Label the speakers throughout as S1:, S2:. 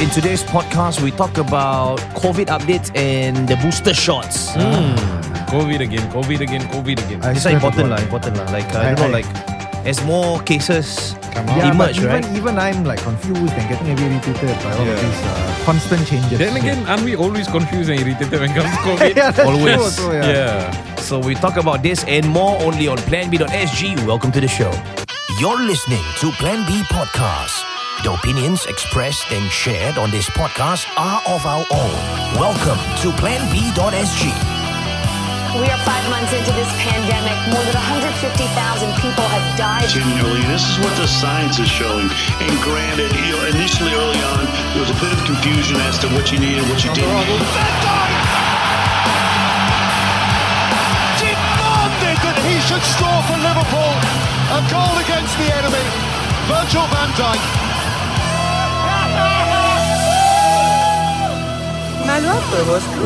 S1: In today's podcast, we talk about COVID updates and the booster shots.
S2: Hmm?
S1: Hmm?
S3: COVID again, COVID again, COVID again.
S1: It's like important, lah. Important, lah. Like uh,
S2: I-
S1: you know,
S2: I-
S1: like as more cases
S3: Come out.
S2: Yeah,
S1: emerge,
S2: but
S1: right?
S2: even, even I'm like confused and getting a bit irritated by all of
S3: Yeah.
S2: these uh, constant changes.
S3: then again, aren't we always confused and irritated when it comes to COVID?
S2: Yeah, that's
S1: always.
S2: true also, yeah.
S1: So we talk about this and more only on PlanB.sg. Welcome to the show.
S4: You're listening to Plan B Podcast. The opinions expressed and shared on this podcast are of our own. Welcome to Plan B.sg.
S5: We are five months into this pandemic. More than 150,000 people have died.
S6: continually. This is what the science is showing. And granted, you know, initially early on, there was a bit of confusion as to what you needed, what you didn't need.
S7: demanded that he should score for Liverpool. A goal against the enemy. Virgil van Dijk.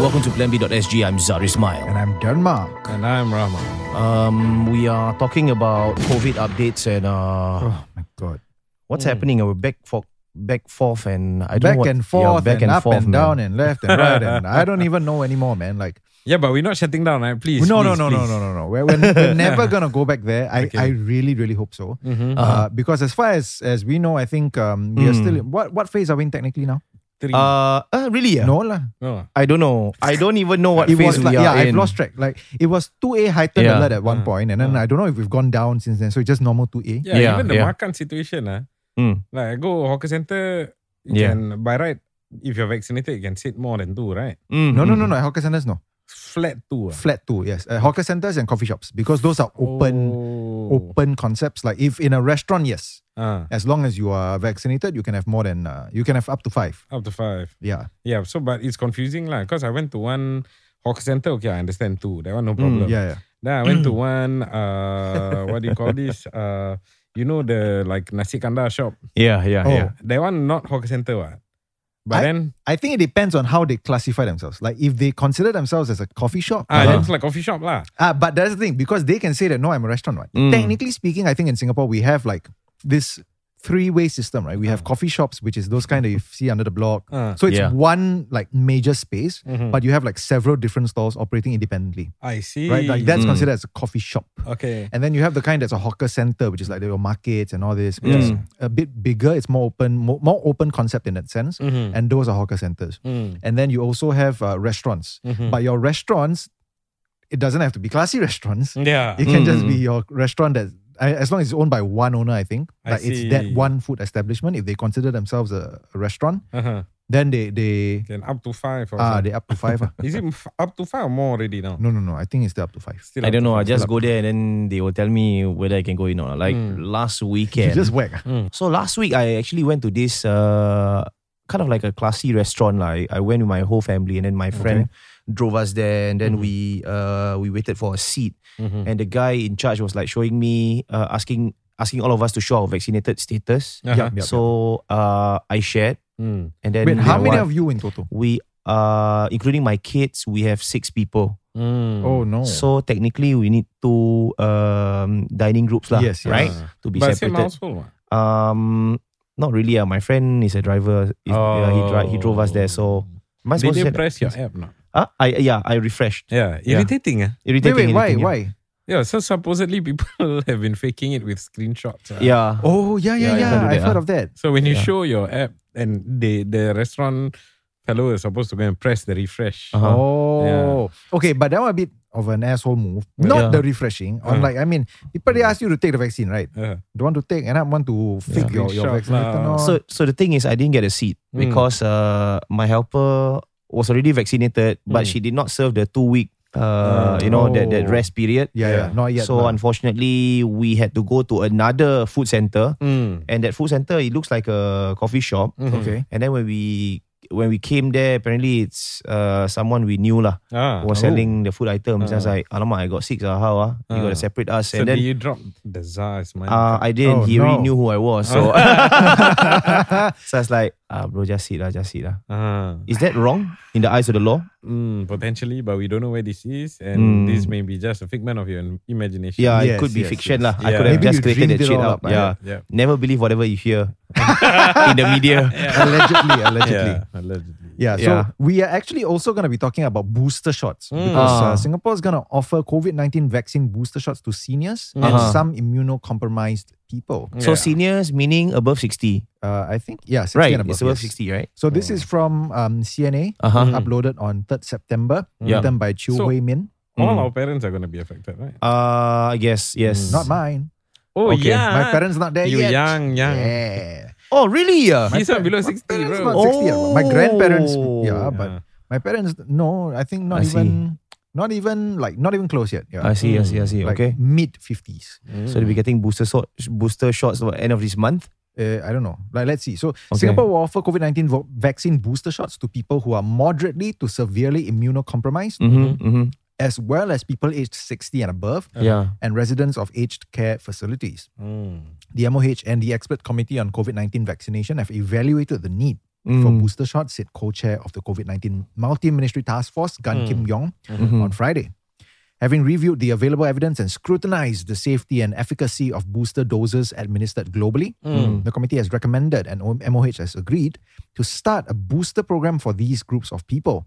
S1: Welcome to PlanB.sg. I'm Zari Smile.
S2: And I'm Denmark.
S3: And I'm Rama.
S1: Um, we are talking about COVID updates and uh,
S2: Oh my god.
S1: what's happening. We're back for back forth and I don't
S2: Mm. Back
S1: know what-
S2: and
S1: yeah,
S2: forth,
S1: back
S2: and, up and
S1: man.
S2: down, and left and right, and I don't even know anymore, man. Like,
S3: Yeah, but we're not shutting down, right? Please.
S2: no, no,
S3: please,
S2: no, no,
S3: please.
S2: no, no, no. We're, we're, we're never gonna go back there. I,
S3: Okay.
S2: I really, really hope so.
S3: Mm-hmm.
S1: Uh-huh.
S2: Uh, because as far as as we know, I think um,
S1: Hmm.
S2: we are still in, what what phase are we in technically now?
S3: Three.
S1: Uh, uh, really? Yeah.
S2: No lah.
S3: no.
S1: I don't know. I don't even know what
S2: It
S1: phase
S2: was
S1: we
S2: like,
S1: are
S2: yeah,
S1: in.
S2: I've lost track. Like it was two A heightened
S1: Yeah.
S2: alert at one point, and then I don't know if we've gone down since then. So it's just normal two A.
S3: Hmm. Yeah,
S1: Yeah,
S3: even the
S1: yeah.
S3: makan situation. ah.
S2: Hmm.
S1: Mm.
S3: Like, I go hawker center, you
S1: Yeah.
S3: can, by right, if you're vaccinated, you can sit more than two, right?
S1: Mm,
S2: No, no,
S1: mm.
S2: no, no. At hawker centers, no.
S3: Flat two. ah.
S2: Flat two, yes. At hawker centers and coffee shops because those are open,
S3: Oh.
S2: open concepts. Like if in a restaurant, yes,
S3: Ah,
S2: as long as you are vaccinated, you can have more than uh, you can have up to five.
S3: up to five.
S2: Yeah,
S3: Yeah, so, but it's confusing, lah. Because I went to one hawker center, okay, I understand two. That one, no problem.
S2: yeah, yeah.
S3: Then I went to one uh what do you call this? Uh you know the like nasi kanda shop.
S1: Yeah, yeah,
S2: Oh.
S1: yeah.
S3: That one not hawker center what. But
S2: I-
S3: then
S2: I think it depends on how they classify themselves. Like if they consider themselves as a coffee shop,
S3: ah
S2: uh,
S3: that's like coffee shop lah.
S2: ah, but that's the thing because they can say that no, I'm a restaurant. Right?
S3: Mm.
S2: Technically speaking, I think in Singapore we have like this three-way system, right? We have coffee shops, which is those kind that you see under the block.
S3: Ah. Mm-hmm.
S2: so it's
S1: Yeah.
S2: one like major space, but you have like several different stores operating independently,
S3: I see.
S2: right?
S3: Mm.
S2: Like that's considered as a coffee shop.
S3: okay.
S2: And then you have the kind that's a hawker center, which is like your markets and all this, which is
S3: Mm.
S2: a bit bigger. It's more open, more, more open concept in that sense.
S3: Mm-hmm.
S2: And those are hawker centers.
S3: Mm.
S2: And then you also have uh, restaurants.
S3: Mm-hmm.
S2: But your restaurants, it doesn't have to be classy restaurants.
S3: Yeah.
S2: It can just be your restaurant that, I- as long as it's owned by one owner, I think.
S3: I
S2: Like it's that
S3: see.
S2: one food establishment. If they consider themselves a a restaurant,
S3: Uh-huh.
S2: then they they
S3: Then up to five or
S2: ah
S3: something.
S2: they up to five. ah.
S3: Is it f- up to five or more already now?
S2: No, no, no. I think it's still up to five.
S3: Still up
S1: I don't
S3: to
S1: know. I
S3: five.
S1: just go there and then they will tell me whether I can go in or not. Like
S2: Hmm.
S1: last
S2: Mm.
S1: weekend.
S2: You just whack. ah.
S1: so last week I actually went to this uh kind of like a classy restaurant. lah. I, I went with my whole family and then my friend drove us there and then
S2: Mm-hmm.
S1: we uh we waited for a seat and the guy in charge was like showing me uh, asking asking all of us to show our vaccinated status.
S3: Uh-huh.
S2: Yup, yup,
S1: So uh I shared
S3: Mm.
S1: and then
S2: Hmm. Wait, how
S1: my
S2: many
S1: wife-
S2: of you in total?
S1: we uh including my kids we have six people
S3: Mm.
S2: Oh no.
S1: so technically we need two um dining groups lah
S2: Yes, yes.
S1: right
S3: Ah.
S1: to be
S3: But same
S1: separated
S3: household. what?
S1: um not really uh, my friend is a driver Is- yeah, he, dri- he drove us there so am
S3: Did
S1: I supposed
S3: they
S1: to say
S3: press your
S1: that?
S3: app now?
S1: Huh? I yeah I refreshed
S3: Yeah.
S1: Yeah.
S3: Irritating. ah.
S2: wait,
S1: irritating
S2: wait, why,
S1: irritating, yeah.
S2: why?
S3: Yeah. So supposedly people have been faking it with screenshots. ah.
S1: yeah
S2: Oh yeah, yeah,
S1: Yeah, you
S2: yeah.
S1: can't do
S2: I've
S1: that,
S2: heard
S1: ah.
S2: of that.
S3: So when you show your app and the the restaurant fellow is supposed to go and press the refresh.
S1: Uh-huh.
S2: Oh, okay, but that was a bit of an asshole move. Not the
S1: Yeah.
S2: refreshing. On like, I mean, people they ask you to take the vaccine, right?
S3: Uh,
S2: Don't want to take, and I want to fake your, your
S3: Screenshot
S2: vaccination.
S3: lah.
S1: so so the thing is I didn't get a seat
S2: Hmm.
S3: Mm.
S1: because uh my helper was already vaccinated but
S3: Mm.
S1: she did not serve the two week uh you know that, that
S2: Hmm. Oh.
S1: rest period
S2: yeah, yeah, not yet.
S1: so
S2: lah.
S1: unfortunately, we had to go to another food center,
S3: mm.
S2: Hmm.
S1: and that food center it looks like a coffee shop.
S2: Mm-hmm. okay.
S1: And then when we when we came there, apparently it's uh, someone we knew lah
S3: Ah.
S2: oh.
S1: who was selling the food items. I was
S3: Ah.
S1: like, "Alamak, I got six. Ah, how ah? You
S3: Ah.
S1: gotta separate us."
S3: So
S1: and then
S3: do you drop the Zars money?
S1: uh, I
S2: Oh,
S1: didn't. he
S2: no. Oh.
S1: already knew who I was, so so I was like, "Ah, bro, just sit lah, just sit lah."
S3: Ah.
S1: Is that wrong in the eyes of the law?
S3: Mm, potentially, but we don't know where this is,
S2: Hmm.
S3: and this may be just a figment of your im- imagination.
S1: Yeah, it
S2: Yes,
S1: could be
S2: yes,
S1: fiction
S2: yes.
S1: lah. I
S3: Yeah.
S1: could have
S2: Maybe
S1: just
S2: you
S1: created
S2: dreamed
S1: that
S2: it
S1: shit
S2: all up,
S1: up.
S2: right?
S1: Yeah.
S3: Yeah.
S1: Never believe whatever you hear in the media.
S2: allegedly, allegedly.
S3: yeah, allegedly.
S2: Yeah, so
S1: Yeah.
S2: we are actually also going to be talking about booster shots because
S1: Ah.
S2: uh, Singapore is going to offer COVID 19 vaccine booster shots to seniors and
S1: Uh-huh.
S2: some immunocompromised people.
S1: So seniors meaning above 60,
S2: Uh, I think, yeah, 60
S1: right?
S2: and above,
S1: it's above
S2: yes.
S1: 60, right?
S2: So this is from um, CNA,
S1: Uh-huh.
S2: uploaded on 3rd September,
S1: Yeah.
S2: written by Chiu
S3: So-
S2: Wei Min.
S3: All
S2: hmm.
S3: our parents are going to be affected, right?
S1: Uh yes, yes.
S2: Not mine.
S3: Oh,
S1: Okay.
S3: yeah.
S2: My parents not there
S3: You
S2: yet.
S3: young, young.
S2: Yeah.
S1: Oh really? Yeah.
S3: He's not below 60,
S2: Parents
S3: bro.
S2: not 60 yet. My grandparents, yeah,
S1: Oh.
S2: but
S3: Yeah.
S2: my parents, no, I think not
S1: I see.
S2: even, not even like, not even close yet. Yeah.
S1: I see, I see, I see.
S2: Like
S1: Okay.
S2: mid 50s.
S3: Hmm.
S1: So they'll be getting booster so- booster shots at the end of this month.
S2: Uh, I don't know. Like, let's see. So, Singapore will offer COVID 19 vo- vaccine booster shots to people who are moderately to severely immunocompromised,
S1: Mm-hmm, mm-hmm.
S2: as well as people aged 60 and above,
S1: Yeah.
S2: and residents of aged care facilities. The MOH and the Expert Committee on COVID 19 Vaccination have evaluated the need for booster shots, said co chair of the COVID 19 Multi Ministry Task Force, Gan Kim Yong, on Friday. Having reviewed the available evidence and scrutinized the safety and efficacy of booster doses administered globally, the committee has recommended and O- MOH has agreed to start a booster program for these groups of people.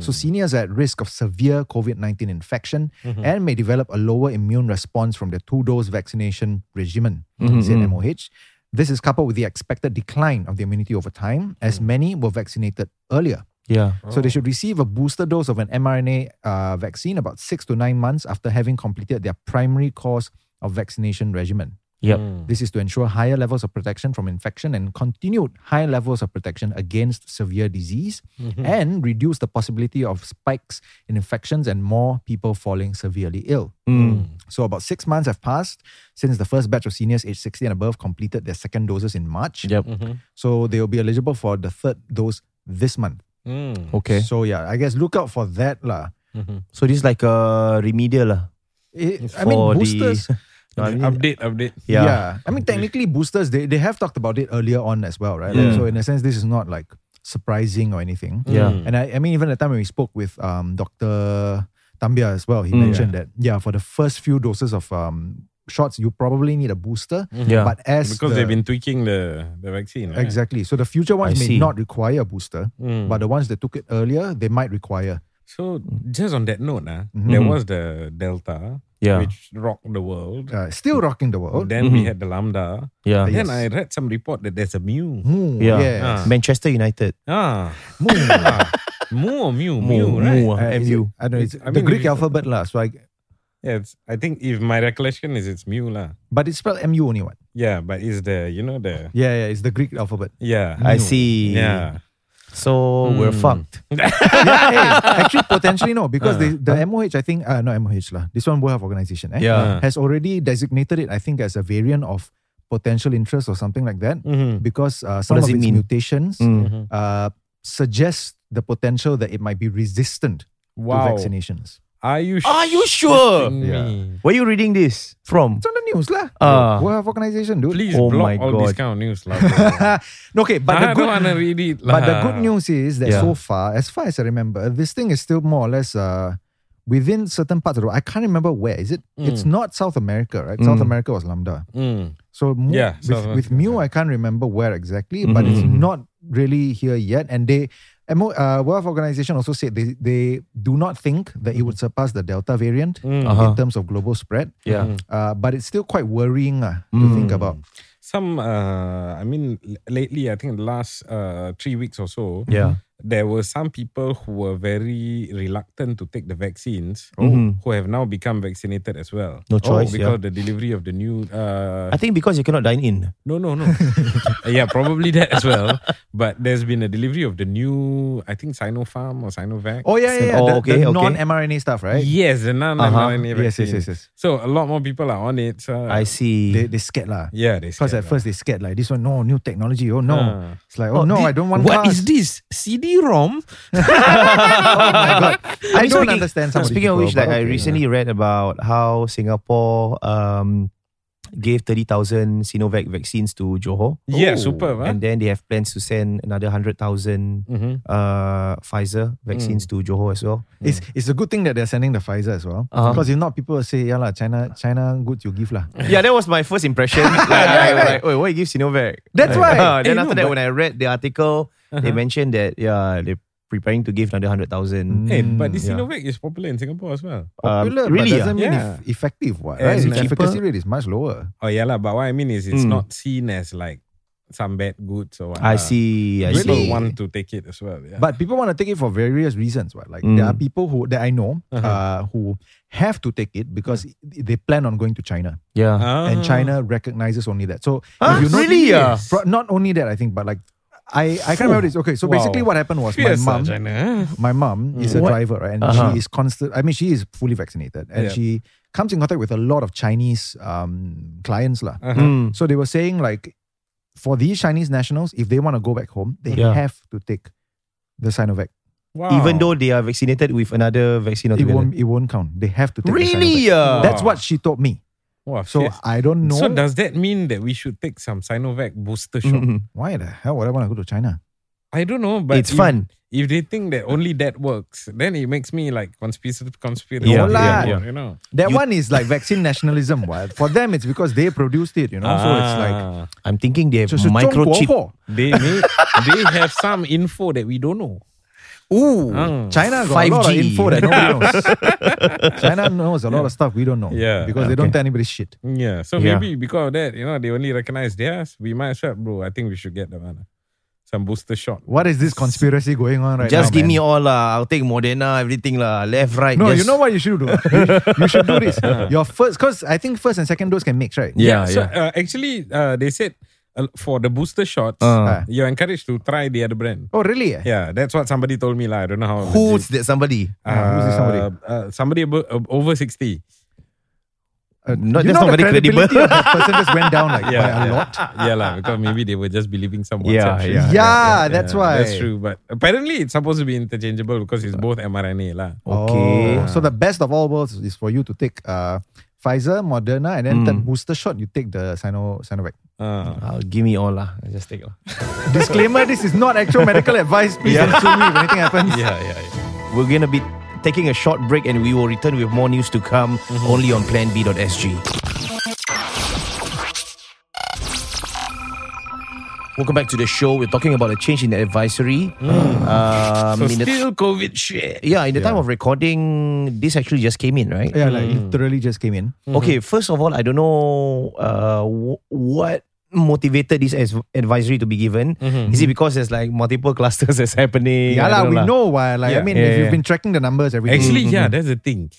S2: So, seniors are at risk of severe COVID 19 infection and may develop a lower immune response from the two dose vaccination regimen, said MOH. This is coupled with the expected decline of the immunity over time, as many were vaccinated earlier.
S1: Yeah.
S2: So they should receive a booster dose of an mRNA uh, vaccine about six to nine months after having completed their primary course of vaccination regimen.
S1: Yep.
S2: This is to ensure higher levels of protection from infection and continued high levels of protection against severe disease and reduce the possibility of spikes in infections and more people falling severely ill. So, about six months have passed since the first batch of seniors aged 60 and above completed their second doses in March.
S1: Yep.
S2: So, they will be eligible for the third dose this month.
S3: Mm.
S1: Okay.
S2: So yeah, I guess look out for that lah.
S1: So this is like a remedial lah.
S2: It- I
S1: for
S2: mean
S1: the-
S2: boosters.
S1: No, I mean,
S3: Update, update.
S1: yeah.
S2: yeah. I mean technically boosters. They they have talked about it earlier on as well, right? Like,
S1: Yeah.
S2: so in a sense, this is not like surprising or anything.
S1: Yeah.
S2: And I, I mean even the time when we spoke with um Doctor Tambia as well, he mentioned that yeah for the first few doses of um shots you probably need a booster.
S1: Yeah.
S2: But as
S3: Because
S2: the-
S3: they've been tweaking the, the vaccine. Right?
S2: Exactly. So the future ones may
S1: see.
S2: not require a booster, but the ones that took it earlier, they might require.
S3: So, just on that note, ah,
S2: Mm-hmm.
S3: there was the Delta,
S1: Yeah.
S3: which rocked the world.
S2: Uh, still rocking the world.
S3: Then we had the Lambda.
S1: Yeah.
S3: Then
S2: Mm-hmm.
S3: I
S2: Ah, Yes.
S3: read some report that there's a Mu.
S2: Hmm,
S1: Yeah.
S2: yes.
S3: Ah.
S1: Manchester United.
S3: Ah, Mu. ah. Mu or Mu? Mu, right?
S1: Mu, ah,
S2: Uh, is
S1: MU.
S2: it- I don't know. It's,
S3: It's- I
S2: the
S3: mean,
S2: Greek
S3: it's-
S2: alphabet lah. So I,
S3: Yeah, it's, I think if my recollection is it's Mu lah.
S2: but it's spelled M U only one.
S3: Yeah, but it's the, you know, the,
S2: Yeah, yeah. It's the Greek alphabet.
S3: yeah.
S1: I see.
S3: Yeah.
S1: So we're fucked.
S2: yeah, hey, actually, potentially no, because they, the MOH, I think, uh, not MOH lah. This one World Health Organization, eh,
S1: Yeah.
S2: has already designated it. I think as a variant of potential interest or something like that,
S3: Mm. Mm-hmm.
S2: because uh, some
S1: does
S2: of
S1: it
S2: its
S1: mean? Mm.
S2: mutations uh, suggest the potential that it might be resistant
S3: Wow.
S2: to vaccinations.
S3: Are you
S1: Are you sure?
S3: shitting me?
S1: Where you reading this from?
S2: It's on the news lah.
S1: Ah.
S2: World Health Organization, dude.
S3: Please
S1: Oh
S3: block
S1: my
S3: all
S1: God.
S3: this kind of news lah. bro.
S2: No, Okay, but
S3: I
S2: the
S3: don't
S2: good,
S3: want to read it lah.
S2: But the good news is that
S1: Yeah.
S2: so far, as far as I remember, this thing is still more or less uh, within certain parts of the world. I can't remember where is it.
S1: Hmm.
S2: It's not South America, right? South America was Lambda.
S3: Mm.
S2: So Mu,
S3: Yeah, South
S2: with, with
S3: America,
S2: Mu, I can't remember where exactly, but it's
S1: Hmm.
S2: not really here yet. And they, MO, uh, World Health Organization also said they they do not think that it would surpass the Delta variant
S1: Hmm.
S2: in
S1: Uh-huh.
S2: terms of global spread.
S1: Yeah. Hmm.
S2: Uh, but it's still quite worrying uh, to think about.
S3: Some, uh, I mean, l- lately, I think the last uh, three weeks or so,
S1: Yeah.
S3: there were some people who were very reluctant to take the vaccines oh,
S2: Mm-hmm.
S3: who have now become vaccinated as well. Oh,
S1: No choice,
S3: because
S1: yeah.
S3: the delivery of the new. Uh,
S1: I think because you cannot dine in.
S3: no, no, no. yeah, probably that as well. But there's been a delivery of the new, I think, Sinopharm or Sinovac.
S2: Oh yeah, yeah, yeah.
S1: Oh,
S2: the,
S1: okay,
S2: the
S1: okay.
S2: non-mRNA stuff, right? Uh-huh.
S3: Yes, the non mRNA
S2: Yes,
S3: vaccine.
S2: yes, yes, yes.
S3: So a lot more people are on it. So
S1: I see.
S2: They they scared lah.
S3: yeah, they
S2: Because
S3: scared
S2: at first they scared like this one, no new technology. Oh no,
S3: Ah.
S2: it's like oh, no,
S3: thi-
S2: I don't want.
S3: What
S2: cars. Oh
S3: is this? CD-ROM?
S2: I don't understand. Some of these
S1: Speaking of
S2: people,
S1: which, like
S2: but
S1: I
S2: okay.
S1: recently read about how Singapore um, gave 30,000 Sinovac vaccines to Johor.
S3: Yeah,
S2: Oh.
S3: superb, huh?
S1: And then they have plans to send another 100,000 uh, Pfizer vaccines to Johor as well.
S2: It's, it's a good thing that they're sending the Pfizer as well. Because if not, people will say, yeah, lah, China, China, good you give. lah.
S1: yeah, that was my first impression. like, I was like, wait, why you give Sinovac?
S2: That's
S1: Like,
S2: why.
S1: then
S2: Eh, no,
S1: after that,
S2: but-
S1: when I read the article, they mentioned that, yeah, they're preparing to give another 100,000.
S3: Hey, Eh, but the
S1: Mm, yeah.
S3: Sinovac is popular in Singapore as well.
S1: Um,
S2: Popular,
S1: really,
S2: but
S1: ah?
S2: doesn't mean
S3: Yeah.
S2: eff- effective. What,
S3: And
S2: right?
S3: it's
S2: The efficacy
S1: cheaper.
S2: rate is much lower.
S3: Oh yeah, lah. But what I mean is, it's
S1: Mm.
S3: not seen as like some bad goods or what.
S1: I
S3: lah.
S1: see. I
S3: People
S1: see.
S3: want to take it as well. Yeah.
S2: But people want to take it for various reasons, right? Like
S1: Mm.
S2: there are people who that I know uh
S3: Uh-huh.
S2: who have to take it because they plan on going to China,
S1: yeah.
S3: Ah.
S2: and China recognizes only that. So
S1: Huh?
S2: if you know,
S1: Really, ah?
S2: Fro- not only that, I think, but like I I can't remember this. Okay, so
S3: Wow.
S2: basically what happened was
S3: Fierce, ah,
S2: my mom.
S3: China. ah.
S1: Mm.
S2: My mom is a
S1: What?
S2: driver, right? And
S1: Uh-huh.
S2: she is constant. I mean, she is fully vaccinated, and
S3: Yeah.
S2: she comes in contact with a lot of Chinese um, clients, lah.
S3: Uh-huh.
S1: Mm.
S2: So they were saying like, for these Chinese nationals, if they want to go back home, they
S1: Yeah.
S2: have to take the Sinovac.
S3: Wow.
S1: Even though they are vaccinated with another vaccine
S2: It
S1: altogether.
S2: won't. It won't count. They have to take the
S1: Really?
S2: Sinovac.
S1: ah?
S2: That's what she told me.
S3: Wow,
S2: So
S3: fierce.
S2: I don't know
S3: So does that mean that we should take some Sinovac booster shot?
S1: Mm-mm.
S2: why the hell would I want to go to China.
S3: I don't know, but
S1: Mm-hmm. It's
S3: if,
S1: fun.
S3: If they think that only that works, then it makes me like conspiracy conspiracy.
S1: Yeah,
S3: you
S2: yeah,
S3: know,
S1: yeah.
S3: You know.
S2: That
S1: You-
S2: one is like vaccine nationalism. What for them? It's because they produced it. You know. So
S3: Ah.
S1: I'm thinking they have
S2: it's like
S1: microchip.
S2: Microchip.
S3: they may, they have some info that we don't know.
S1: Ooh.
S3: Ah.
S2: China got a lot of
S1: 5G.
S2: info that nobody knows. China knows a lot of stuff we don't know.
S3: Yeah.
S2: Because they don't tell anybody shit.
S3: Yeah. So
S1: Yeah.
S3: maybe because of that, you know, they only recognize theirs. We might as well, bro. I think we should get them uh, some booster shot.
S2: What is this conspiracy going on right now?
S1: just give
S2: man?
S1: me all lah. I'll take Moderna, everything lah. Left, right.
S2: No, you
S1: just-
S2: know what you should do? You, you should do this. Your first, because I think first and second dose can mix, right?
S1: Yeah,
S3: So uh,
S1: yeah.
S3: actually, uh, they said uh, for the booster shots,
S1: Uh.
S3: you're encouraged to try the other brand.
S2: Oh, really?
S3: Yeah, that's what somebody told me. lah. I don't know how.
S1: Who's that somebody?
S3: Uh,
S2: who's this somebody?
S3: Uh, somebody abo- uh, over 60.
S2: Uh,
S1: Not-
S2: you
S1: that's
S2: know
S1: not
S2: the
S1: very credible.
S2: credibility of that person just went down like by a lot.
S1: Ah,
S3: Yeah, lah. because maybe they were just believing someone.
S1: Yeah, yeah, Uh.
S2: Yeah, that's why.
S3: That's true. But apparently, it's supposed to be interchangeable because it's both mRNA. lah.
S1: Okay.
S2: Oh, so the best of all worlds is for you to take uh, Pfizer, Moderna, and then that booster shot you take the Sino Sinovac.
S3: Uh,
S1: I'll give me all lah. I'll just take lah.
S2: Disclaimer: This is not actual medical advice. Please don't sue me if anything happens.
S3: yeah, yeah, yeah.
S1: We're gonna be taking a short break, and we will return with more news to come
S3: Mm-hmm.
S1: only on PlanB.sg. Welcome back to the show. We're talking about a change in the advisory. Um,
S3: Mm. So
S1: in the-
S3: still COVID shit.
S1: yeah, in the time of recording, this actually just came in, right?
S2: Yeah, like literally just came in.
S1: Okay, first of all, I don't know uh, wh- what motivated this as advisory to be given. Is it because there's like multiple clusters that's
S2: Mm-hmm.
S1: happening?
S2: Yeah,
S1: I
S2: lah,
S1: don't
S2: we
S1: lah.
S2: know why. Like, I
S3: Yeah.
S2: mean,
S1: Yeah,
S2: if you've
S1: yeah.
S2: been tracking the numbers every day.
S3: Actually, yeah, that's the thing.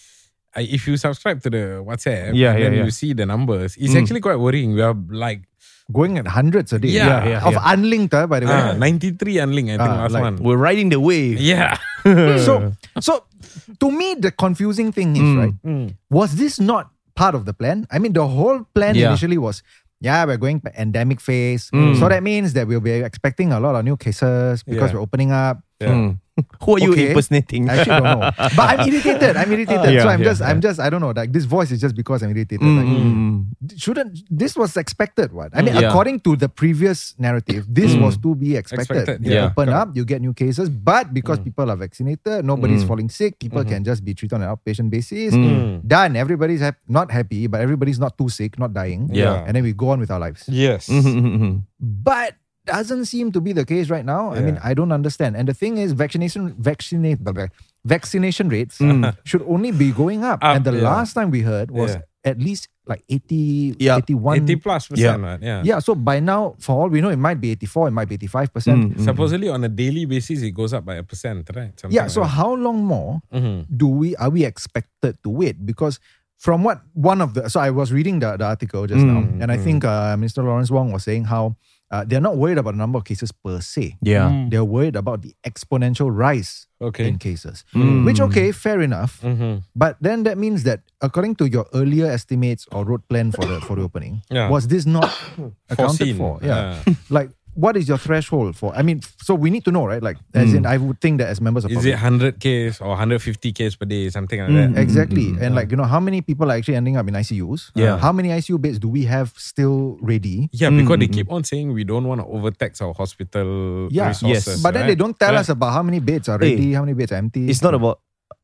S3: I, if you subscribe to the WhatsApp, and
S1: Yeah, yeah,
S3: then
S1: yeah.
S3: you see the numbers. It's actually quite worrying. We are like
S2: going at hundreds a day.
S3: Yeah, Yeah, yeah,
S2: of
S1: yeah.
S2: unlinked, uh, by the way.
S3: ah, 93 unlink, I think,
S2: Ah,
S3: last
S2: like-
S3: one.
S1: We're riding the wave.
S3: Yeah.
S2: so, so to me, the confusing thing is right.
S3: Hmm.
S2: Was this not part of the plan? I mean, the whole plan
S1: Yeah.
S2: initially was. Yeah, we're going endemic phase. So that means that we'll be expecting a lot of new cases because
S3: Yeah.
S2: we're opening up.
S1: Mm. Who are you
S2: Okay.
S1: impersonating?
S2: I actually don't know. But I'm irritated. I'm irritated.
S1: Yeah,
S2: so I'm
S1: yeah,
S2: just I'm just I don't know. Like this voice is just because I'm irritated. Like,
S1: Mm.
S2: shouldn't this was expected what i mean
S1: Mm-hmm. Yeah. Mm-hmm.
S2: according to the previous narrative this was to be expected,
S3: Expected,
S2: you
S3: yeah.
S2: open up you get new cases but because
S1: Mm.
S2: people are vaccinated nobody's falling sick people
S1: Mm-hmm.
S2: can just be treated on an outpatient basis
S1: Mm.
S2: done everybody's hap- not happy but everybody's not too sick not dying
S3: Yeah.
S2: and then we go on with our lives
S3: Yes.
S2: but doesn't seem to be the case right now. I mean, I don't understand. And the thing is, vaccination vaccinate vaccination rates should only be going up.
S3: Mm. Up,
S2: and the
S3: yeah.
S2: last time we heard was
S3: Yeah.
S2: at least like 80,
S1: Yeah.
S2: 81.
S3: 80 plus
S1: Yeah.
S3: percent, right? Yeah.
S2: Mm-hmm. yeah, so by now, for all we know, it might be 84, it might be 85%.
S3: Supposedly on a daily basis, it goes up by a percent, right? Something
S2: Yeah, so
S3: like
S2: how long more
S3: that. Mhm.
S2: do we are we expected to wait? Because from what one of the so I was reading the, the article just now,
S3: Mm,
S2: and I think uh, Minister Lawrence Wong was saying how uh, they're not worried about the number of cases per se.
S1: Yeah.
S2: They're worried about the exponential rise
S3: Okay. Mm. Mm-hmm.
S2: in cases, which okay, fair enough. But then that means that according to your earlier estimates or road plan for the for the opening,
S3: Yeah.
S2: was this not accounted
S3: Foreseen. Ah.
S2: for? Yeah, like what is your threshold for? I mean, f- so we need to know, right? Like, as in, I would think that as members of
S3: Mm. Is
S2: public,
S3: it 100Ks or 150Ks per day, something like
S2: Mm,
S3: that?
S1: Mm-hmm,
S2: exactly, and like you know, how many people are actually ending up in ICUs?
S3: Yeah.
S2: how many ICU beds do we have still ready?
S3: Yeah, because they keep on saying we don't want to overtax our hospital
S2: Yeah,
S3: resources.
S1: yes.
S2: But then they
S3: right?
S2: don't tell
S3: Correct.
S2: us about how many beds are ready, how many beds are empty.
S1: It's not about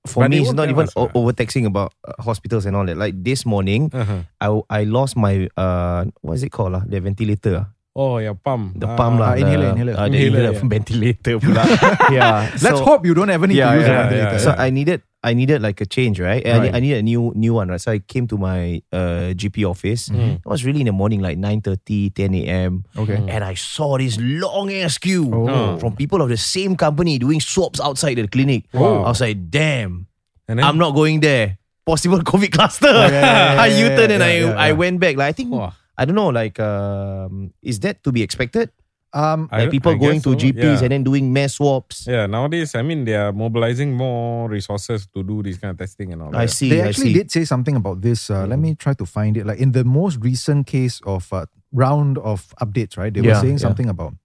S1: for
S3: But they
S1: me. It's
S3: won't
S1: not
S3: tell
S1: even
S3: us,
S1: o-
S3: uh.
S1: overtaxing about uh, hospitals and all that. Like this morning,
S2: Uh.
S3: Uh-huh.
S1: I I lost my uh what is it called lah? The ventilator, ah.
S3: Oh, yeah, pump.
S1: the
S3: Ah,
S1: pump lah.
S2: ah, inhaler,
S1: the-
S2: inhaler.
S1: ah, the
S3: Inhaler,
S1: inhaler,
S3: yeah.
S1: ventilator pula. yeah.
S2: Let's
S1: so-
S2: hope you don't ever need
S1: Yeah,
S2: to use
S1: yeah,
S2: a ventilator.
S3: yeah,
S1: So I needed I needed like a change, right? And I, need, I need a new new one, right? So I came to my uh, GP office. It was really in the morning, like 9.30, 10 a.m.
S2: Okay.
S3: Mm.
S1: And I saw this long ass queue Oh. from people of the same company doing swabs outside the clinic.
S3: Wow.
S1: I was like, damn,
S3: And then,
S1: I'm not going there. Possible COVID cluster.
S2: yeah, yeah,
S1: I
S2: yeah,
S1: U-turned and
S2: yeah,
S1: I,
S2: yeah, yeah.
S1: I went back. Like I think
S3: Wah.
S1: I don't know. Like um, is that to be expected?
S2: um,
S3: I
S1: Like
S3: don't-
S1: people
S3: I
S1: going
S3: guess so,
S1: to GPs
S3: yeah.
S1: and then doing mass swabs.
S3: Yeah, nowadays, I mean, they are mobilizing more resources to do this kind of testing and all
S1: I
S3: that.
S1: see.
S2: they
S1: I
S2: actually
S1: see.
S2: did say something about this. Uh, Let me try to find it. Like in the most recent case of uh, round of updates, right? They were
S1: Yeah,
S2: saying
S1: yeah.
S2: something about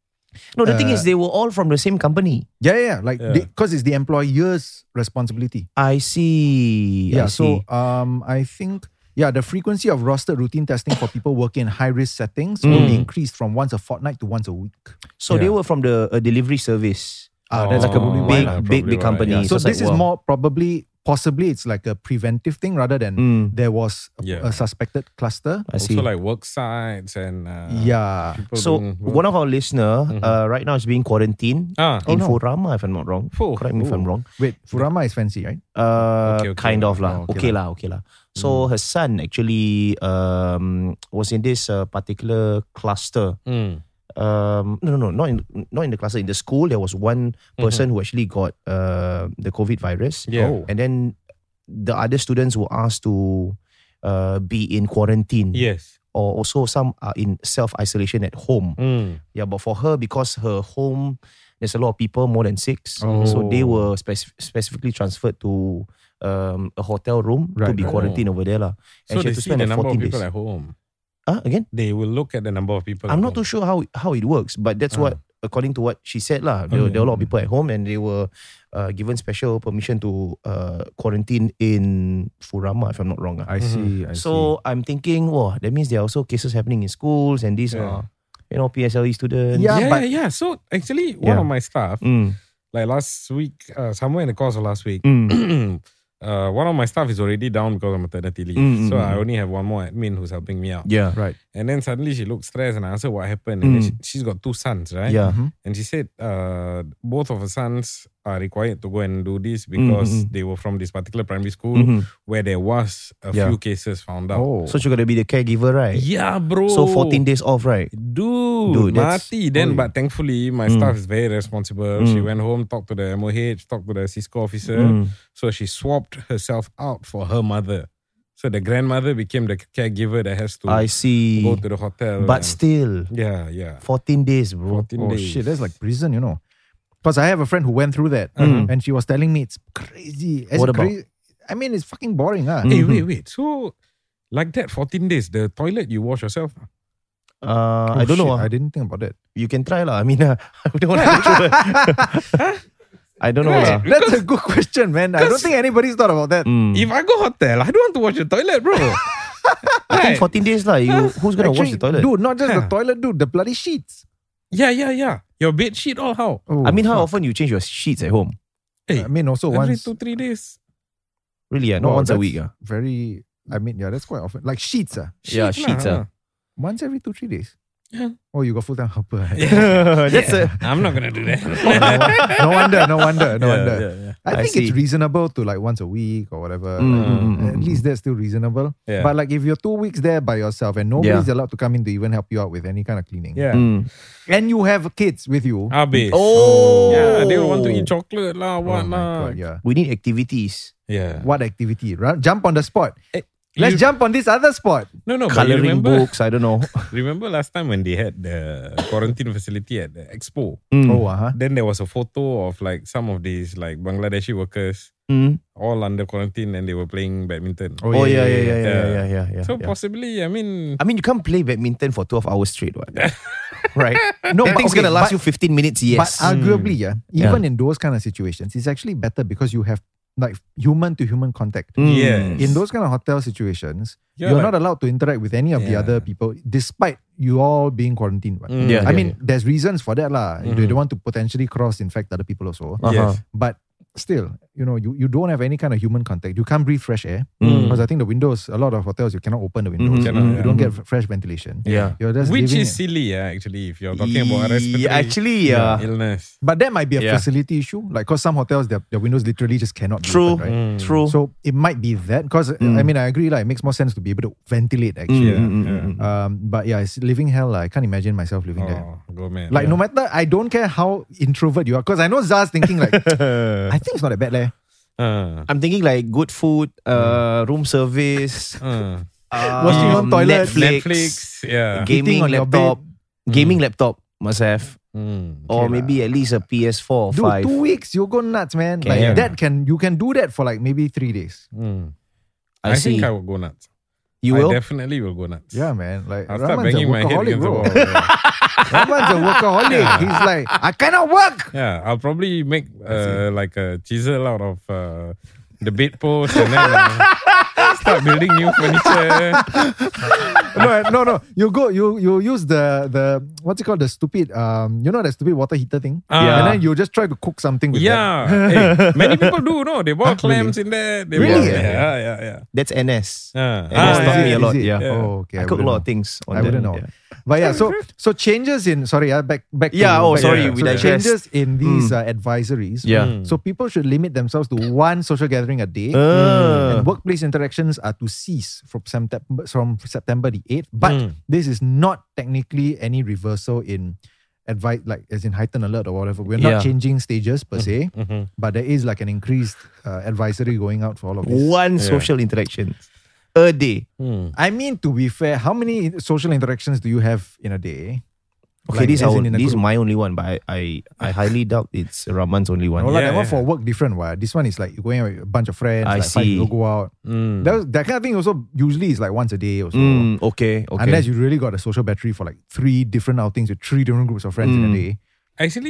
S1: No, the thing
S2: Uh,
S1: is, they were all from the same company.
S2: yeah, yeah, yeah. like
S3: Yeah.
S2: because it's the employer's responsibility.
S1: I see.
S2: Yeah,
S1: I
S2: so
S1: see.
S2: um, I think yeah, the frequency of rostered routine testing for people working in high risk settings will
S1: Mm.
S2: be increased from once a fortnight to once a week.
S1: so they were from the uh, delivery service.
S2: Ah,
S3: that's
S1: like a
S3: probably
S1: big,
S3: Oh, why
S1: big,
S3: lah,
S1: big,
S3: probably why,
S1: company.
S3: yeah.
S2: So
S1: it's
S2: this is
S1: like,
S2: more
S1: wow.
S2: probably possibly it's like a preventive thing rather than
S1: Mm.
S2: there was a,
S3: Yeah.
S2: a suspected cluster.
S1: I see.
S3: Also, like work sites and. Uh,
S2: yeah.
S3: people
S1: so
S3: doing work.
S1: one of our listener
S3: Mm-hmm.
S1: uh, right now is being quarantined
S3: Ah,
S1: in
S2: no.
S1: Furama, if I'm not wrong.
S3: Oh,
S1: Correct me if I'm
S3: oh.
S1: wrong.
S2: Wait, Furama is fancy, right?
S1: Uh,
S3: Okay, okay.
S1: kind of
S2: Oh,
S1: lah.
S2: okay Hmm.
S1: okay, lah. Okay lah. So her son actually um, was in this uh, particular cluster.
S3: Mm.
S1: um no no no not in not in the cluster in the school there was one
S2: Mm-hmm.
S1: person who actually got uh the covid virus
S3: Yeah. Oh.
S1: and then the other students were asked to uh be in quarantine
S3: Yes.
S1: or also some are in self isolation at home
S3: Mm.
S1: yeah but for her because her home there's a lot of people more than six
S2: Oh.
S1: so they were spec- specifically transferred to um a hotel room to
S2: Right,
S1: be
S2: right.
S1: quarantined over there lah.
S3: So
S1: she
S3: they
S1: had to
S3: see the
S1: like
S3: number of
S1: 14
S3: people
S1: days.
S3: at home.
S1: Huh? Ah, again
S3: They will look at the number of people.
S1: I'm
S3: at
S1: not too
S3: home.
S1: sure how how it works, but that's what according to what she said lah. There, were- there were a lot of people at home, and they were uh, given special permission to uh, quarantine in Furama, if I'm not wrong. ah.
S2: I see. I
S1: so I'm thinking, wow, that means there are also cases happening in schools, and these
S3: Yeah.
S1: are you know PSLE E students.
S2: Yeah,
S3: Yeah,
S2: but-
S3: yeah, yeah. So actually, one
S1: Yeah.
S3: of my staff,
S1: Mm,
S3: like last week, uh, somewhere in the course of last week,
S1: mm,
S3: uh, one of my staff is already down because of maternity leave.
S1: Mm, mm,
S3: so I
S1: mm.
S3: only have one more admin who's helping me out.
S1: yeah.
S2: Right.
S3: And then suddenly she looked stressed and I asked her what happened. And then
S1: Mm.
S3: she, she's got two sons, right?
S1: Yeah.
S3: And she said uh, both of her sons are required to go and do this because
S1: Mm-hmm.
S3: they were from this particular primary school
S1: Mhm.
S3: where there was a
S1: Yeah.
S3: few cases found out.
S2: Oh.
S1: So she gotta be the caregiver, right?
S3: Yeah, bro.
S1: So 14 days off, right?
S3: Dude,
S1: Dude, that's-
S3: mati then.
S1: Oi. Mm.
S3: But thankfully, my staff is very responsible. She went home, talked to the MOH, talked to the Cisco officer.
S1: Mm.
S3: So she swapped herself out for her mother. So the grandmother became the caregiver that has to
S1: I see.
S3: go to the hotel.
S1: But
S3: and-
S1: still,
S3: yeah, yeah.
S1: 14 days, bro.
S3: 14
S2: Oh
S3: days.
S2: shit, that's like prison, you know. Because I have a friend who went through that, and she was telling me it's crazy. It's
S1: Mm-hmm. What about- Mm.
S2: crazy. I mean, it's fucking boring,
S1: Mm-hmm.
S2: ah.
S3: Hey, wait, wait. So, like that, 14 days, the toilet you wash yourself?
S1: Uh,
S2: Oh,
S1: I don't know.
S2: shit,
S1: ah.
S2: I didn't think about that.
S1: you can try lah. I mean, uh, I don't want to. I don't know lah.
S3: Right.
S2: That's a good question, man. I don't think anybody's thought about that.
S1: Mm.
S3: If I go hotel, I don't want to wash the toilet, bro.
S1: I
S3: Right?
S1: think 14 days lah. You, who's gonna wash
S2: Actually,
S1: the toilet?
S2: Dude, not just the
S3: Huh.
S2: toilet, dude, the bloody sheets.
S3: yeah, yeah, yeah. Your bed sheet, all how?
S2: Oh,
S1: I mean, how
S2: fuck.
S1: often you change your sheets at home?
S3: Hey,
S2: I mean, also
S3: every
S2: once.
S3: two, three days.
S1: Really? Yeah, not
S2: Wow,
S1: once a
S2: that's
S1: week. ah.
S2: Very, I mean, yeah, that's quite often. Like sheets, ah.
S1: Yeah,
S3: Sheet
S1: sheets.
S3: lah.
S1: ah.
S2: Once every two, three days.
S3: Yeah.
S2: Oh, you got full time helper. eh?
S1: that's a,
S3: I'm not going to do that.
S2: no, won- no wonder, no wonder, no
S3: Yeah,
S2: wonder.
S3: yeah, yeah.
S2: I
S1: I
S2: think it's
S1: see.
S2: reasonable to like once a week or whatever.
S1: Mm,
S2: like,
S1: mm, mm,
S2: at least that's still reasonable.
S3: Yeah.
S2: But like if you're two weeks there by yourself and nobody's allowed to come in to even help you out with any kind of cleaning,
S3: Yeah.
S1: Mm.
S2: and you have kids with you,
S1: Ah,
S3: Habis.
S1: Oh.
S3: Yeah, they want to eat chocolate lah,
S2: oh
S3: what
S2: my
S3: lah.
S2: God, yeah.
S1: We need activities.
S3: Yeah.
S2: What activity? Ra- Jump on the spot.
S3: Eh,
S2: Let's
S3: you-
S2: jump on this other spot.
S3: No, no, but you
S1: Coloring
S3: remember,
S1: books. I don't know.
S3: remember last time when they had the quarantine facility at the expo?
S1: Hmm.
S2: Oh, uh huh.
S3: Then there was a photo of like some of these like Bangladeshi workers
S1: Mm.
S3: all under quarantine and they were playing badminton.
S1: Oh yeah, yeah, yeah, yeah, yeah, yeah, yeah.
S3: So
S1: yeah.
S3: possibly, I mean,
S1: I mean, you can't play badminton for 12 hours straight. What? right?
S2: No,
S1: that
S2: but
S1: thing's
S2: okay,
S1: gonna last
S2: but-
S1: you 15 minutes. Yes,
S2: But arguably, yeah,
S1: Yeah.
S2: even in those kind of situations, it's actually better because you have like human to human contact.
S1: Hmm.
S3: Yes.
S2: In those kind of hotel situations,
S3: Yeah,
S2: you're,
S3: like-
S2: not allowed to interact with any of the
S3: Yeah.
S2: other people, despite you all being quarantined. right?
S3: Mm.
S1: Hmm. Yeah,
S2: I
S1: yeah, Hmm.
S2: mean, there's reasons for that, lah. They don't want to potentially cross infect other people also.
S1: Uh-huh.
S3: Yes.
S2: But still, you know, you, you don't have any kind of human contact. You can't breathe fresh air
S1: Mm.
S2: because I think the windows, a lot of hotels, you cannot open the windows.
S1: Mhm,
S3: Cannot,
S2: you
S3: yeah.
S2: don't get f- fresh ventilation.
S1: Yeah.
S2: You're just
S3: Which
S2: living
S3: is
S2: it.
S3: silly, yeah, actually, if you're talking about a
S1: Yeah,
S3: respiratory
S1: actually, yeah.
S3: illness.
S2: But that might be a
S1: Yeah.
S2: facility issue, like because some hotels their, their windows literally just cannot. be
S1: True. Mm.
S2: open, right? Mm.
S1: True.
S2: So it might be that because I mean I agree like it makes more sense to be able to ventilate actually.
S1: Mm.
S3: Yeah, yeah.
S2: Um, but yeah, it's living hell. lah. I can't imagine myself living there.
S3: Oh, go man.
S2: Like no matter, I don't care how introvert you are, because I know Zaz thinking like, I think it's not that bad leh.
S3: Uh,
S1: I'm thinking like good food, uh, room service,
S3: uh,
S2: Washing
S1: um,
S2: on toilet.
S1: Netflix,
S3: Netflix, yeah.
S1: gaming
S2: Eating on your
S1: laptop, gaming laptop must have,
S3: Mm.
S1: or maybe at least a PS4 or
S2: Dude,
S1: five.
S2: two weeks you go nuts, man. Like
S3: Can.
S2: that can you can do that for like maybe three days.
S3: Mm. I,
S1: I, see.
S3: think I will go nuts.
S1: you
S3: I
S1: will.
S3: definitely will go nuts.
S2: Yeah, man. Like
S3: I'll start
S2: Rahman's a
S3: banging my head
S2: workaholic,
S3: against the
S2: bro.
S3: wall. yeah.
S2: Rahman's a workaholic. He's like, I cannot work.
S3: Yeah, I'll probably make uh, like a chisel out of uh, the bedpost and then uh, start building new furniture.
S2: no, no, no. You go, you you use the the what's it called? The stupid um, you know that stupid water heater thing?
S3: Yeah.
S2: And then you just try to cook something with that.
S3: Ah. Yeah, hey, many people do. No, they bought clams in there. They
S2: Really?
S3: Bought, yeah, yeah, yeah.
S1: That's NS.
S3: Ah.
S1: And it's
S3: Ah,
S1: taught
S3: yeah,
S1: me a
S2: is
S1: lot.
S2: it?
S1: Yeah.
S2: Yeah. Oh, okay,
S1: I
S2: I
S1: cook a
S2: wouldn't
S1: lot of
S2: know.
S1: things. On
S2: I wouldn't
S1: that,
S2: know.
S1: yeah.
S2: But yeah, so so changes in sorry, uh, back back
S1: Yeah,
S2: to-
S1: oh,
S2: back to-
S1: sorry,
S3: yeah.
S1: we
S2: so
S1: digest.
S2: changes in these uh, advisories. Mm.
S1: Yeah.
S2: So people should limit themselves to one social gathering a day. Mm.
S1: Uh.
S2: And workplace interactions are to cease from September from September the 8th. But
S1: Mm.
S2: this is not technically any reversal in advice like as in heightened alert or whatever. We're not
S1: Yeah. Mm-hmm.
S2: changing stages per se, but there is like an increased uh, advisory going out for all of this.
S1: One social interaction a day.
S2: I mean to be fair, how many social interactions do you have in a day?
S1: Okay,
S2: Like,
S1: this,
S2: as
S1: our,
S2: in in a
S1: this is
S2: group.
S1: my only one, but I, I, I highly doubt it's Rahman's only one.
S2: No, like
S3: Yeah,
S2: that one
S3: yeah.
S2: for work different. Why this one is like you going out with a bunch of friends.
S1: I
S2: like five
S1: see.
S2: people go out. That, that kind of thing also usually is like once a day or so.
S1: Mm, okay, okay.
S2: Unless you really got a social battery for like three different outings with three different groups of friends in
S1: Mm.
S2: a day.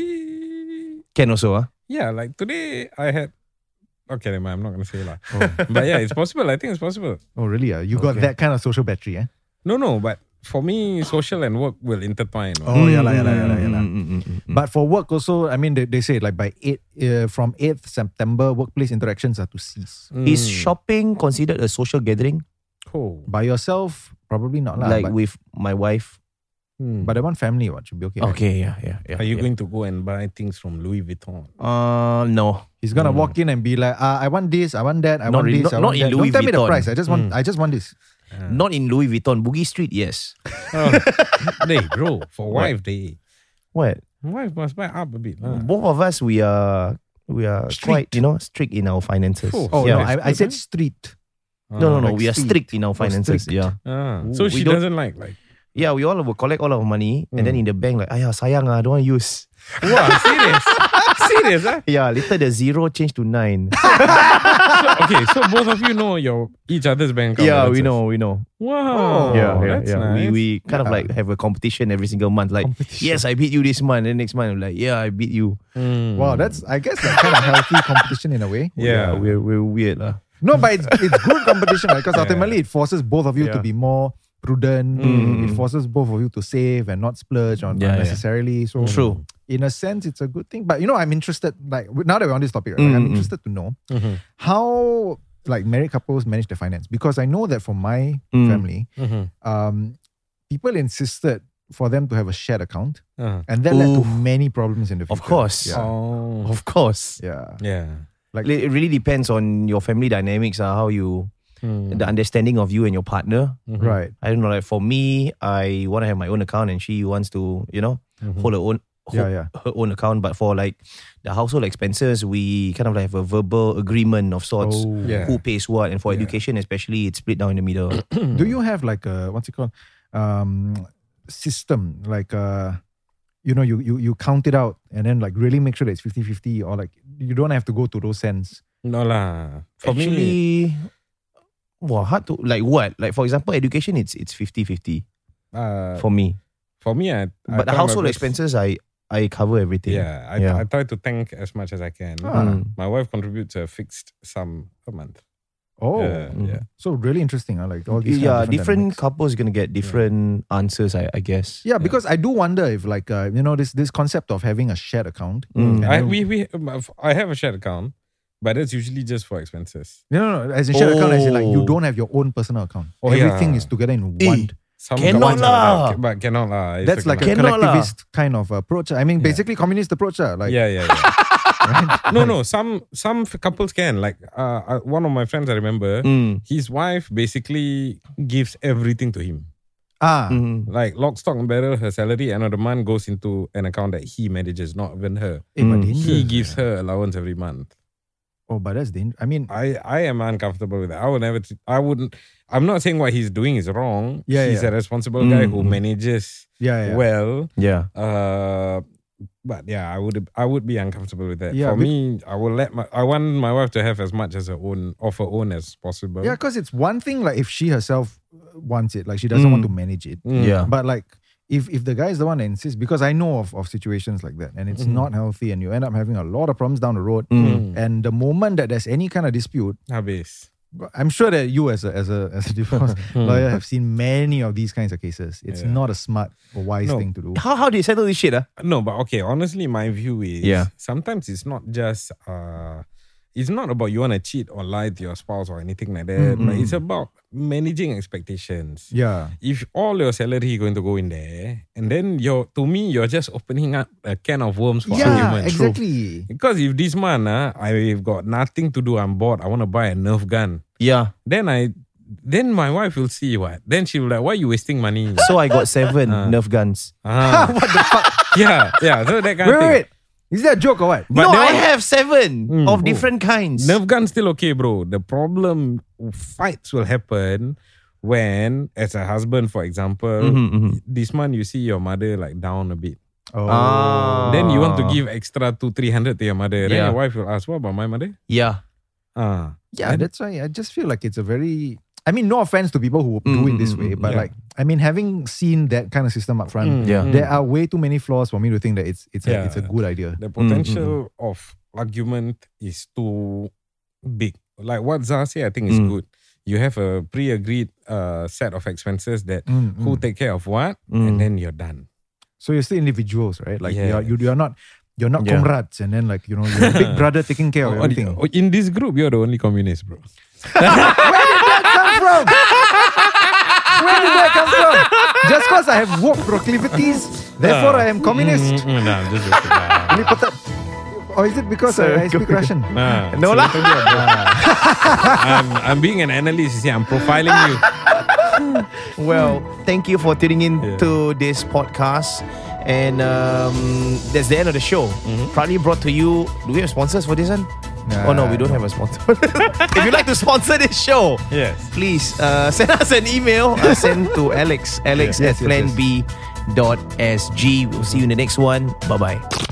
S3: Actually,
S1: can also, ah.
S3: yeah, like today I had. Okay, never mind, I'm not gonna say lah. But yeah, it's possible. I think it's possible.
S2: Oh, really? Yeah, you got that kind of social battery, eh?
S3: No, no, but for me, social and work will intertwine.
S2: Oh, yeah, la, yeah, la, yeah, la, yeah, la.
S1: Mm,
S2: But for work also, I mean, they, they say like by eight uh, from eighth September, workplace interactions are to cease.
S3: Mm.
S1: Is shopping considered a social gathering?
S3: Cool.
S2: By yourself, probably not lah.
S1: like
S2: but,
S1: with my wife?
S2: but I want family. What should be okay. right?
S1: Okay, yeah, yeah, yeah.
S3: Mm. Are you
S1: yeah.
S3: going to go and buy things from Louis Vuitton?
S1: Uh, no.
S2: He's gonna walk in and be like, uh, I want this, I want that, I want
S1: Not really-
S2: this, I
S1: not- not
S2: want
S1: in
S2: that.
S1: Louis
S2: Don't tell me the
S1: Vuitton. Hmm.
S2: price. I just want, I just want this.
S1: Not in Louis Vuitton. Boogie Street, yes. Oh.
S3: hey, bro, for wife day.
S1: What?
S3: Wife must buy up a bit. lah.
S1: Ah. Both of us, we are we are quite, you know, strict in our finances.
S3: Oh,
S2: Oh
S1: yeah. Hmm.
S2: no, I, I said street.
S1: no, no, no.
S2: like
S1: we are
S2: street.
S1: Ah, strict in our finances.
S2: strict.
S1: Yeah.
S3: Ah,
S1: Ooh,
S3: so
S1: we
S3: she
S1: don't-
S3: doesn't like like.
S1: Yeah, we all will collect all our money and then in the bank, like, ayah, sayang, ah, don't want use.
S3: Wow, serious, serious, ah?
S1: Yeah, later the zero change to nine.
S3: So, okay, so both of you know your each other's bank.
S1: yeah, we
S3: balances.
S1: know, we know.
S3: Wow,
S1: yeah, yeah,
S3: that's
S1: yeah.
S3: nice.
S1: Oh, We, we kind of like have a competition every single month. Like, yes, I beat you this month. And next month, I'm like, yeah, I beat you. Hmm.
S2: Wow, that's I guess like kind of healthy competition in a way.
S3: Mm. yeah,
S1: we're, we're weird. lah.
S2: No, but it's, it's good competition because ultimately it forces both of you to
S1: Yeah. Hmm.
S2: be more prudent. It forces both of you to save and not splurge on
S1: Yeah, yeah.
S2: unnecessarily. So
S1: True.
S2: In a sense, it's a good thing. But you know, I'm interested. Like w- now that we're on this topic, right, like, I'm
S1: Hmm.
S2: interested to know
S3: Mm-hmm,
S2: how like married couples manage their finance because I know that for my
S1: Mm.
S2: family,
S3: Mhm.
S2: um, people insisted for them to have a shared account,
S3: Uh-huh.
S2: and that led to
S1: Oof.
S2: many problems in the future.
S1: Of course. Mm-hmm.
S2: Yeah.
S3: Oh,
S1: Of course.
S2: Yeah.
S3: yeah.
S2: Like
S1: It really depends on your family dynamics, uh, how you, the understanding of you and your partner.
S3: Mm-hmm,
S2: right.
S1: I don't know. Like for me, I want to have my own account, and she wants to, you know,
S3: mm-hmm.
S1: hold her own,
S2: Yeah,
S1: hold
S2: yeah.
S1: her own account. But for like the household expenses, we kind of like have a verbal agreement of sorts,
S2: Oh.
S3: Yeah.
S1: who pays what, and for education especially, it's split down in the middle.
S2: Do you have like a what's it called? Um system like uh you know you you you count it out and then like really make sure that it's 50-50 or like you don't have to go to those cents.
S3: No lah. For me,
S1: Actually, well, hard to like what? Like for example, education, it's it's 50-50
S3: uh,
S1: for me.
S3: For me, I, I
S1: but the
S3: try my
S1: household
S3: best-
S1: expenses, I I cover everything.
S3: Yeah, Ah. I, I try to tank as much as I can.
S1: Mm.
S3: My wife contributes a fixed sum per month.
S2: Oh,
S3: yeah, yeah.
S2: so really interesting. I like all these. kind of
S1: yeah, different
S2: dynamics.
S1: couples gonna get different answers. I, I guess.
S2: Yeah, because I do wonder if like uh, you know this this concept of having a shared account. and
S1: Mm.
S3: I
S2: then-
S3: we we um, I have a shared account, but that's usually just for expenses.
S2: no, no, no, as in shared account, as in like you
S1: Oh.
S2: don't have your own personal account.
S3: Oh,
S2: Everything
S3: yeah.
S2: is together in
S1: Eh,
S2: one.
S3: Some
S1: Cannot
S3: governments are
S1: lah.
S3: allowed, but cannot lah. It's
S2: That's like a
S1: Cannot lah.
S2: collectivist kind of approach. I mean, basically communist approach. ah, Like
S3: yeah, yeah. yeah. no, no. Some some f- couples can like uh, uh, one of my friends. I remember
S1: Mm.
S3: his wife basically gives everything to him,
S2: ah,
S1: mm-hmm.
S3: like lock, stock, and barrel. Her salary end of the month goes into an account that he manages, not even her.
S2: eh, but
S3: He
S2: dangerous.
S3: gives her allowance every month.
S2: Oh, but that's dangerous. I mean,
S3: I I am uncomfortable with that. I would never. t- I wouldn't. I'm not saying what he's doing is wrong.
S2: Yeah,
S3: he's
S2: yeah. Mm-hmm.
S3: a responsible guy who manages
S2: yeah, yeah.
S3: well.
S1: Yeah.
S3: Uh, but yeah, I would I would be uncomfortable with that.
S2: Yeah,
S3: For
S2: be-
S3: me, I will let my I want my wife to have as much as her own of her own as possible.
S2: Yeah, because it's one thing like if she herself wants it, like she doesn't want to manage it.
S3: Mm.
S1: Yeah.
S2: But like if if the guy is the one that insists, because I know of, of situations like that, and it's not healthy, and you end up having a lot of problems down the road. And the moment that there's any kind of dispute,
S3: Habis.
S2: I'm sure that you as a as a as a divorce lawyer have seen many of these kinds of cases. It's
S3: Yeah.
S2: not a smart or wise
S3: No.
S2: thing to do.
S1: How how do you settle this shit? Ah?
S3: No, but okay, honestly, my view is
S1: Yeah.
S3: sometimes it's not just uh it's not about you wanna cheat or lie to your spouse or anything like that, but it's about managing expectations.
S2: Yeah.
S3: If all your salary going to go in there, and then you're to me, you're just opening up a can of worms for
S2: yeah,
S3: argument.
S2: exactly.
S3: Because if this month ah, I've got nothing to do, I'm bored, I want to buy a Nerf gun,
S1: Yeah.
S3: then I, then my wife will see what. Then she will like, why you wasting money?
S1: So I got seven Nerf guns.
S3: Ah. what the fuck? Yeah, yeah. So that kind of
S2: Wait, wait,
S3: thing.
S2: wait. Is that a joke or what?
S3: But
S1: no,
S3: that
S1: I
S3: one-
S1: have seven of different kinds.
S3: Nerf gun still okay, bro. The problem fights will happen when, as a husband, for example,
S1: Mm-hmm,
S3: this month you see your mother like down a bit.
S2: Oh.
S1: Ah.
S3: Then you want to give extra two, three hundred to your mother. Then
S1: Yeah.
S3: your wife will ask, What about my mother?
S1: Yeah.
S3: Ah.
S2: Yeah, that's why I just feel like it's a very. I mean, no offense to people who do it this way, but
S3: yeah.
S2: like, I mean, having seen that kind of system up front,
S1: Yeah.
S2: there are way too many flaws for me to think that it's it's a,
S3: Yeah.
S2: it's a good idea.
S1: Mm,
S3: the potential
S1: mm-hmm.
S3: of argument is too big. Like what Zah said, I think
S1: Mm.
S3: is good. You have a pre-agreed uh, set of expenses that
S1: Mm,
S3: who take care of what, and then you're done.
S2: So you're still individuals, right? Like you're you, you're not you're not
S1: Yeah.
S2: comrades, and then like you know you're a big brother taking care of
S3: Or the-
S2: everything.
S3: or in this group, you're the only communist, bro.
S2: come from? Where did that come from? Just because I have woke proclivities, therefore I am communist.
S3: Mm, nah, I'm just joking. Nah.
S2: Ni petak- Or Oh, is it because I, I speak Russian?
S3: Nah.
S1: No lah.
S3: I'm, I'm being an analyst. you See, I'm profiling you.
S1: Well, thank you for tuning in
S3: Yeah.
S1: to this podcast. And um, that's the end of the show. Proudly brought to you. Do we have sponsors for this one?
S2: Nah.
S1: oh no, we don't have a sponsor. if you'd like to sponsor this show,
S3: Yes.
S1: please uh, send us an email. Uh, send to Alex, Alex
S2: Yes,
S1: at
S2: yes, yes.
S1: planb.sg. We'll see you in the next one. Bye bye.